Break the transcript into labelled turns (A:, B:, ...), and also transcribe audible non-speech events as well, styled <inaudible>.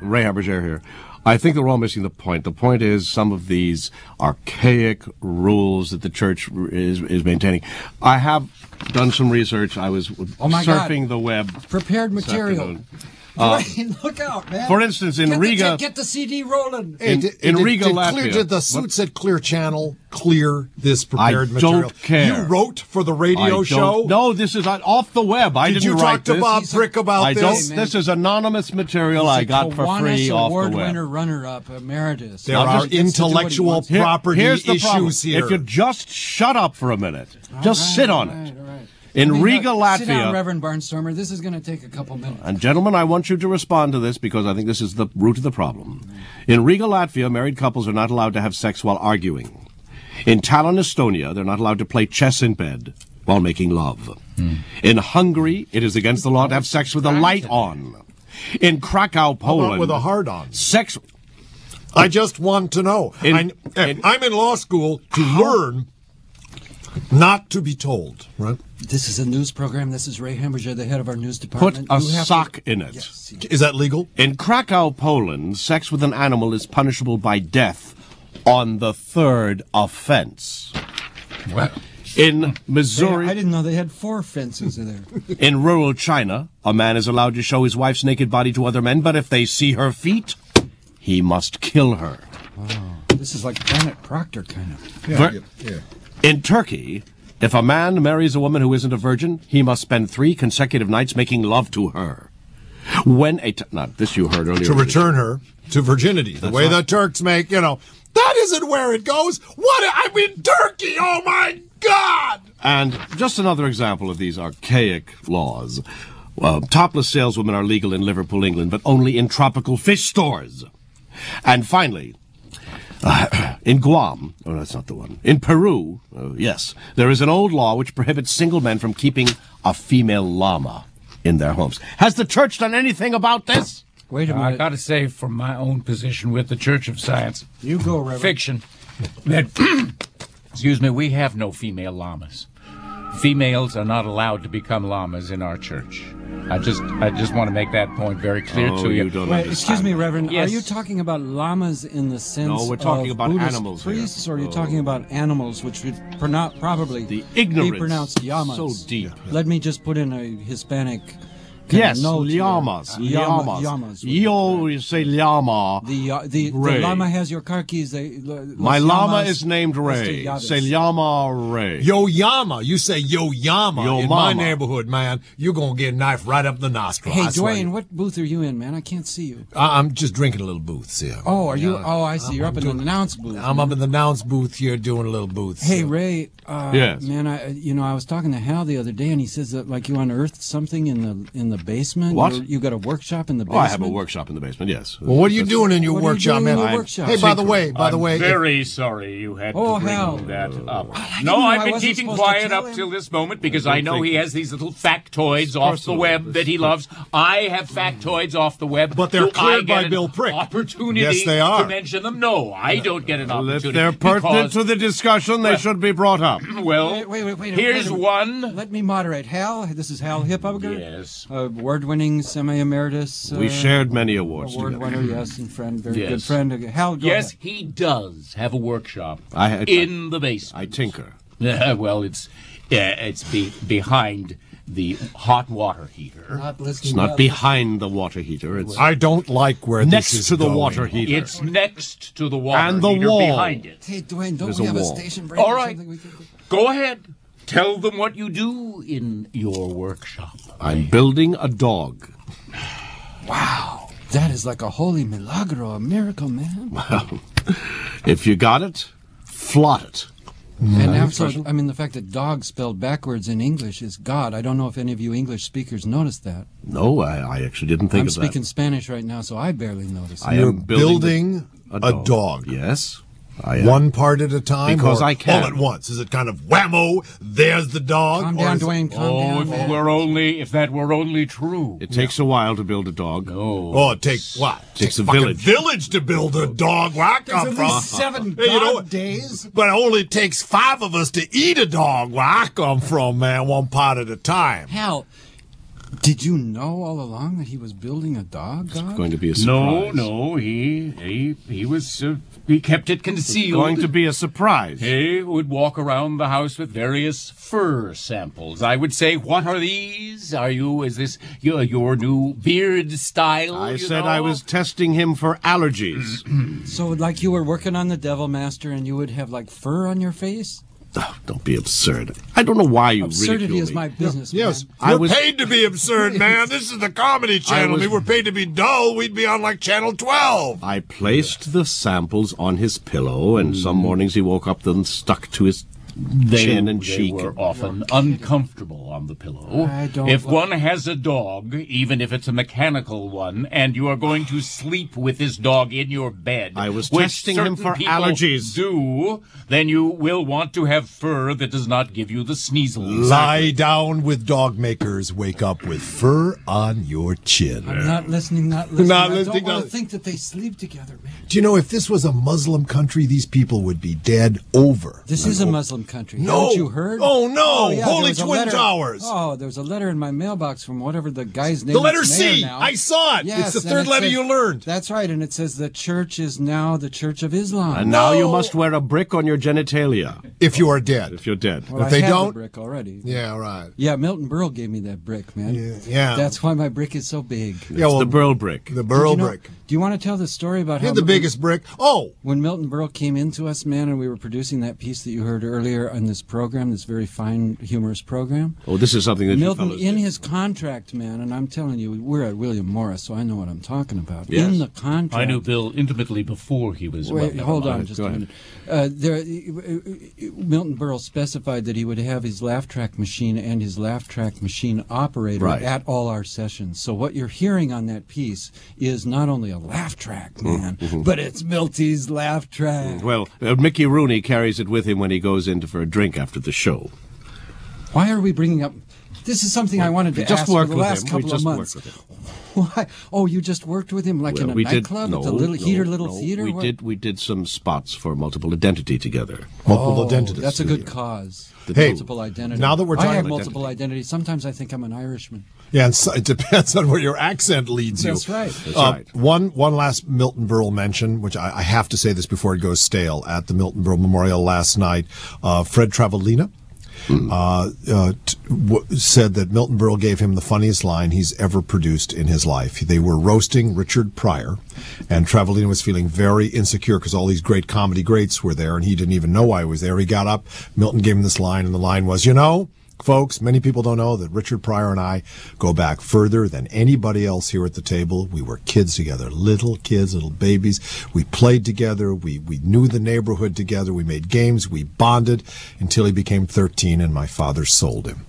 A: Ray Aberger here. I think they're all missing the point. The point is some of these archaic rules that the church is, is maintaining. I have done some research. I was
B: Oh, my God.
A: surfing the web.
B: Prepared
A: this
B: material.
A: afternoon.
B: Dwayne, <laughs> look out, man.
A: Uh, for instance, in
B: Get the-
A: Riga-
B: get the CD rolling.
A: In- in Riga,
C: Clear,
A: Latvia.
C: did the suit said Clear Channel clear this prepared
A: don't
C: material?
A: care.
C: You wrote for the
A: I
C: radio
A: don't-
C: show.
A: No, this is on, off the web. I
C: Did
A: didn't
C: you talk
A: write
C: to
A: this.
C: Bob Frick about
A: I
C: this?
B: Hey,
A: Don't,
B: man.
A: this is anonymous material I got for
B: Kiwanis
A: free off
B: award
A: the web.
B: winner, runner-up, emeritus.
C: There
B: I'm
C: are
B: just- gets to do what he
C: intellectual
B: wants.
C: pro- property
A: here's the problem.
C: issues here.
A: If you just shut up for a minute, just
B: All right,
A: sit on
B: all
A: it.
B: right, all right.
A: In
B: I mean,
A: Riga,
B: look, Sit down,
A: Latvia-
B: Reverend Barnstormer. This is going to take a couple minutes.
A: And gentlemen, I want you to respond to this because I think this is the root of the problem. In Riga, Latvia, married couples are not allowed to have sex while arguing. In Tallinn, Estonia, they're not allowed to play chess in bed while making love. In Hungary, it is against the law to have sex with the light on. In Krakow,
C: How about
A: Poland,
C: with a hard on.
A: sex.
C: I just want to know.
A: In-
C: I,
A: in-
C: am in law school to learn, not to be told. Right?
B: This is a news program. This is Ray Hamburger, the head of our news
A: Put
B: department.
A: a
B: You have to-
A: sock in it.
B: Yes.
C: Is that legal?
A: In Krakow, Poland, sex with an animal is punishable by death on the third offense. In Missouri,
B: I didn't know they had four fences in there.
A: In rural China, a man is allowed to show his wife's naked body to other men, but if they see her feet, he must kill her.
B: This is like Planet Proctor, kind of.
A: Ver- In Turkey, if a man marries a woman who isn't a virgin, he must spend three consecutive nights making love to her. When a t- not this you heard earlier
C: To return her to virginity, the way the Turks make. You know, that isn't where it goes. What? I'm in Turkey. Oh my God!
A: And just another example of these archaic laws. Well, topless saleswomen are legal in Liverpool, England, but only in tropical fish stores. And finally, <coughs> in Guam, oh, that's not the one. In Peru, oh, yes, there is an old law which prohibits single men from keeping a female llama in their homes. Has the church done anything about this?
B: Wait a
D: I
B: minute.
D: got to say, from my own position with the Church of Science,
B: you go, Reverend.
D: fiction, that, <clears throat> excuse me, we have no female llamas. Females are not allowed to become llamas in our church. I just, I just want to make that point very clear
A: Oh,
D: to you.
A: you don't
B: Wait,
A: understand.
B: excuse me, Reverend.
D: Yes.
B: Are you talking about llamas in the sense
A: No, we're talking
B: of
A: about
B: Buddhist
A: animals here.
B: priests, or are you
A: Oh.
B: talking about animals, which would pronou- probably
A: The ignorance
B: be pronounced llamas?
A: so deep.
B: Let me just put in a Hispanic. kinda
A: Yes,
B: note here.
A: llamas,
B: Llama-
A: llamas.
B: llamas. would be
A: You
B: correct.
A: always say llama.
B: The, uh, the, the
A: Ray.
B: llama has your car keys. They, l- los
A: My llama
B: llamas-
A: is named
B: los
A: Ray.
B: llaves.
A: Say llama Ray.
C: Yo Yama, you say Yo Yama
A: Yo
C: in
A: mama.
C: my neighborhood, man. You're gonna get a knife right up the nostril.
B: Hey,
C: I swear to
B: Dwayne,
C: you.
B: what booth are you in, man? I can't see you.
C: I- I'm just drinking a little booth here.
B: Oh, are you?
C: Yeah.
B: Oh, I see. You're up in
C: doing-
B: an announce booth.
C: I'm up in the nouns booth here doing a little booth.
B: Hey
C: so-
B: Ray, uh,
A: Yes.
B: man, I you know I was talking to Hal the other day, and he says that like you unearthed something in the in the basement.
A: What?
B: You're- You got a workshop in the
A: Oh,
B: basement.
A: I have a workshop in the basement, yes.
C: well, what are you doing in your
B: What are you
C: workshop,
B: doing
C: man?
B: in your workshop?
C: Hey, by the way, by the way, if-
E: Very sorry you had
B: Oh,
E: to bring
B: Hal.
E: that up.
B: know
E: No,
B: I
E: I've been
B: wasn't
E: keeping
B: supposed to
E: quiet
B: tell
E: up
B: him.
E: till this moment because I, know he has these little factoids off the web that he loves. I have factoids off the web,
C: But they're
E: Do I
C: cleared
E: get
C: by
E: an
C: Bill Prick.
E: Opportunity
C: Yes, they are.
E: to mention them. No, I don't get
A: If
E: an opportunity.
A: they're pertinent
E: because,
A: to the discussion, they should be brought up.
E: well,
B: Wait, wait, wait, wait. a-
E: here's
B: wait a-
E: one.
B: Let me moderate. Hal, this is Hal Hippiger.
E: Yes.
B: Award-winning semi-emeritus. Uh,
A: We shared many awards
B: Award
A: together.
B: winner, yes, and friend, very good
E: Yes.
B: friend. Hal, go
E: Yes,
B: ahead.
E: he does have a workshop
A: I had-
E: in the basement.
A: I tinker.
E: Yeah, <laughs> well, it's yeah, it's be, behind the hot water heater.
B: Not listening.
A: It's not
B: up.
A: behind the water heater. It's
C: I don't like where this
A: next
C: is
A: to the
C: going.
A: water heater.
E: It's next to the water
A: And the
E: heater
A: wall.
E: behind it.
B: Hey, Dwayne, don't
A: There's
B: we
A: a
B: have
A: wall.
B: a station break?
E: All
B: or
E: right.
B: something we could do?
E: Go ahead. Tell them what you do in your workshop.
A: I'm building a dog.
B: Wow, that is like a holy milagro, a miracle, man.
A: If you got it, flaunt it.
B: And also, I mean, the fact that dog spelled backwards in English is God. I don't know if any of you English speakers noticed that.
A: No, I, I actually didn't think
B: I'm
A: of
B: speaking
A: that.
B: Spanish right now, so I barely noticed.
A: I
C: You're
A: am building,
C: building,
A: the-
C: a dog.
A: Yes, I am.
C: One part at a time,
A: Because
C: or
A: I can.
C: all at once. Is it kind of whammo? There's the dog.
B: calm
C: or
B: down,
C: is it-
B: Dwayne. Calm
E: Oh,
B: down.
E: if
B: man.
E: it were only if that were only true.
A: It takes a while to build a dog.
C: Oh, it takes what?
A: Takes a
C: fucking
A: village.
C: Village to build a dog. Where I come
B: at
C: from.
B: least seven
C: Hey, you know
B: dog
C: what?
B: days.
C: But it only takes five of us to eat a dog. Where I come from, man, one pot at a time.
B: Hal, Did you know all along that he was building a dog? God?
A: Going to be a
E: No,
A: surprise.
E: no, he he he was uh, he kept it concealed.
A: Going to be a surprise.
E: He would walk around the house with various fur samples. I would say, "What are these? Are you? Is this your, your new beard style?"
A: I
E: Oh, you
A: said
E: know?
A: I was testing him for allergies.
B: So, like, you were working on the Devil Master, and you would have like fur on your face.
A: Oh, don't be absurd. I don't know why you
B: Absurdity
A: ridicule
B: is
A: me.
B: my business.
C: Yes,
B: man.
A: I
C: we're
A: was-
C: paid to be
B: <laughs>
C: absurd, man. This is the comedy channel.
A: was-
C: If we were paid to be dull, we'd be on like Channel 12.
A: I placed the samples on his pillow, and some mornings he woke up them stuck to his
E: Mm. they,
A: chin and
E: they
A: cheek.
E: were often uncomfortable on the pillow.
B: I don't
E: if
B: like-
E: one has a dog, even if it's a mechanical one, and you are going to sleep with this dog in your bed,
A: I was
E: which
A: testing him
E: certain
A: for
E: people
A: allergies.
E: Do then you will want to have fur that does not give you the sneezels.
C: Lie down with dog makers, wake up with fur on your chin.
B: I'm not listening. Not listening.
C: Not
B: I
C: listening,
B: Don't want
C: not-
B: to think that they sleep together, man.
C: Do you know if this was a Muslim country, these people would be dead over?
B: This is a Muslim country.
C: No.
B: Haven't you heard?
C: Oh, no.
B: there
C: Holy
B: was a
C: Twin
B: letter-
C: Towers.
B: Oh, there's a letter in my mailbox from whatever the guy's name.
C: The letter
B: is mayor
C: C.
B: Now.
C: I saw it.
B: Yes,
C: it's the
B: and
C: third
B: it
C: letter
B: says-
C: you learned.
B: That's right, and it says the church is now the Church of Islam.
A: And now you must wear a brick on your genitalia
C: if you are dead.
A: if you're dead.
B: Well,
C: if
B: I
C: they
B: had the
C: don't-
B: brick already.
C: Yeah, right.
B: Yeah, Milton Berle gave me that brick, man.
C: Yeah, yeah.
B: That's why my brick is so big.
A: It's the burl brick.
C: the burl
B: You know-
C: brick.
B: Do you want to tell the story about
C: He
B: how
C: had the biggest brick. Oh,
B: When Milton Berle came into us, man, and we were producing that piece that you heard earlier on this program, this very fine, humorous program.
A: Oh, this is something that
B: Milton,
A: you fellas
B: in
A: did.
B: his contract, man, and I'm telling you, we're at William Morris, so I know what I'm talking about.
A: Yes.
B: In the contract.
E: I knew Bill intimately before he was.
B: Wait,
E: well,
B: hold on
A: mind.
B: just
A: Go
B: a
A: ahead.
B: minute. Uh, there, uh, uh, Milton Berle specified that he would have his laugh track machine and his laugh track machine operator
A: Right.
B: at all our sessions. So what you're hearing on that piece is not only a laugh track,
A: Mm-hmm.
B: man, but it's Milty's laugh track.
A: Well, uh, Mickey Rooney carries it with him when he goes in to- for a drink after the show.
B: Why are we bringing up? This is something I wanted to
A: just
B: ask for
A: worked
B: the
A: with
B: last
A: him. We
B: couple
A: just
B: of months.
A: worked with
B: <laughs> Why? Oh, you just worked with him like in
A: Well,
B: a
A: we did
B: nightclub
A: no,
B: at the little
A: no,
B: heater little
A: no,
B: theater.
A: We
B: Where-
A: did we did some spots for multiple identity together.
C: multiple
B: Oh,
C: dentists.
B: That's a good cause.
C: Hey,
B: multiple identity.
C: now that we're talking
B: I have
C: about
B: multiple identity. Sometimes I think I'm an Irishman.
C: Yeah, and so it depends on where your accent leads you.
B: That's right.
A: That's
C: Uh,
A: right.
C: One one last Milton Berle mention, which I, I have to say this before it goes stale. At the Milton Berle Memorial last night, uh, Fred Travolina
A: Hmm.
C: uh, uh, t- w- said that Milton Berle gave him the funniest line he's ever produced in his life. They were roasting Richard Pryor, and Travolina was feeling very insecure because all these great comedy greats were there, and he didn't even know why he was there. He got up, Milton gave him this line, and the line was, "You know." Folks, many people don't know that Richard Pryor and I go back further than anybody else here at the table. We were kids together, little kids, little babies. We played together. We, we knew the neighborhood together. We made games. We bonded until he became 13 and my father sold him.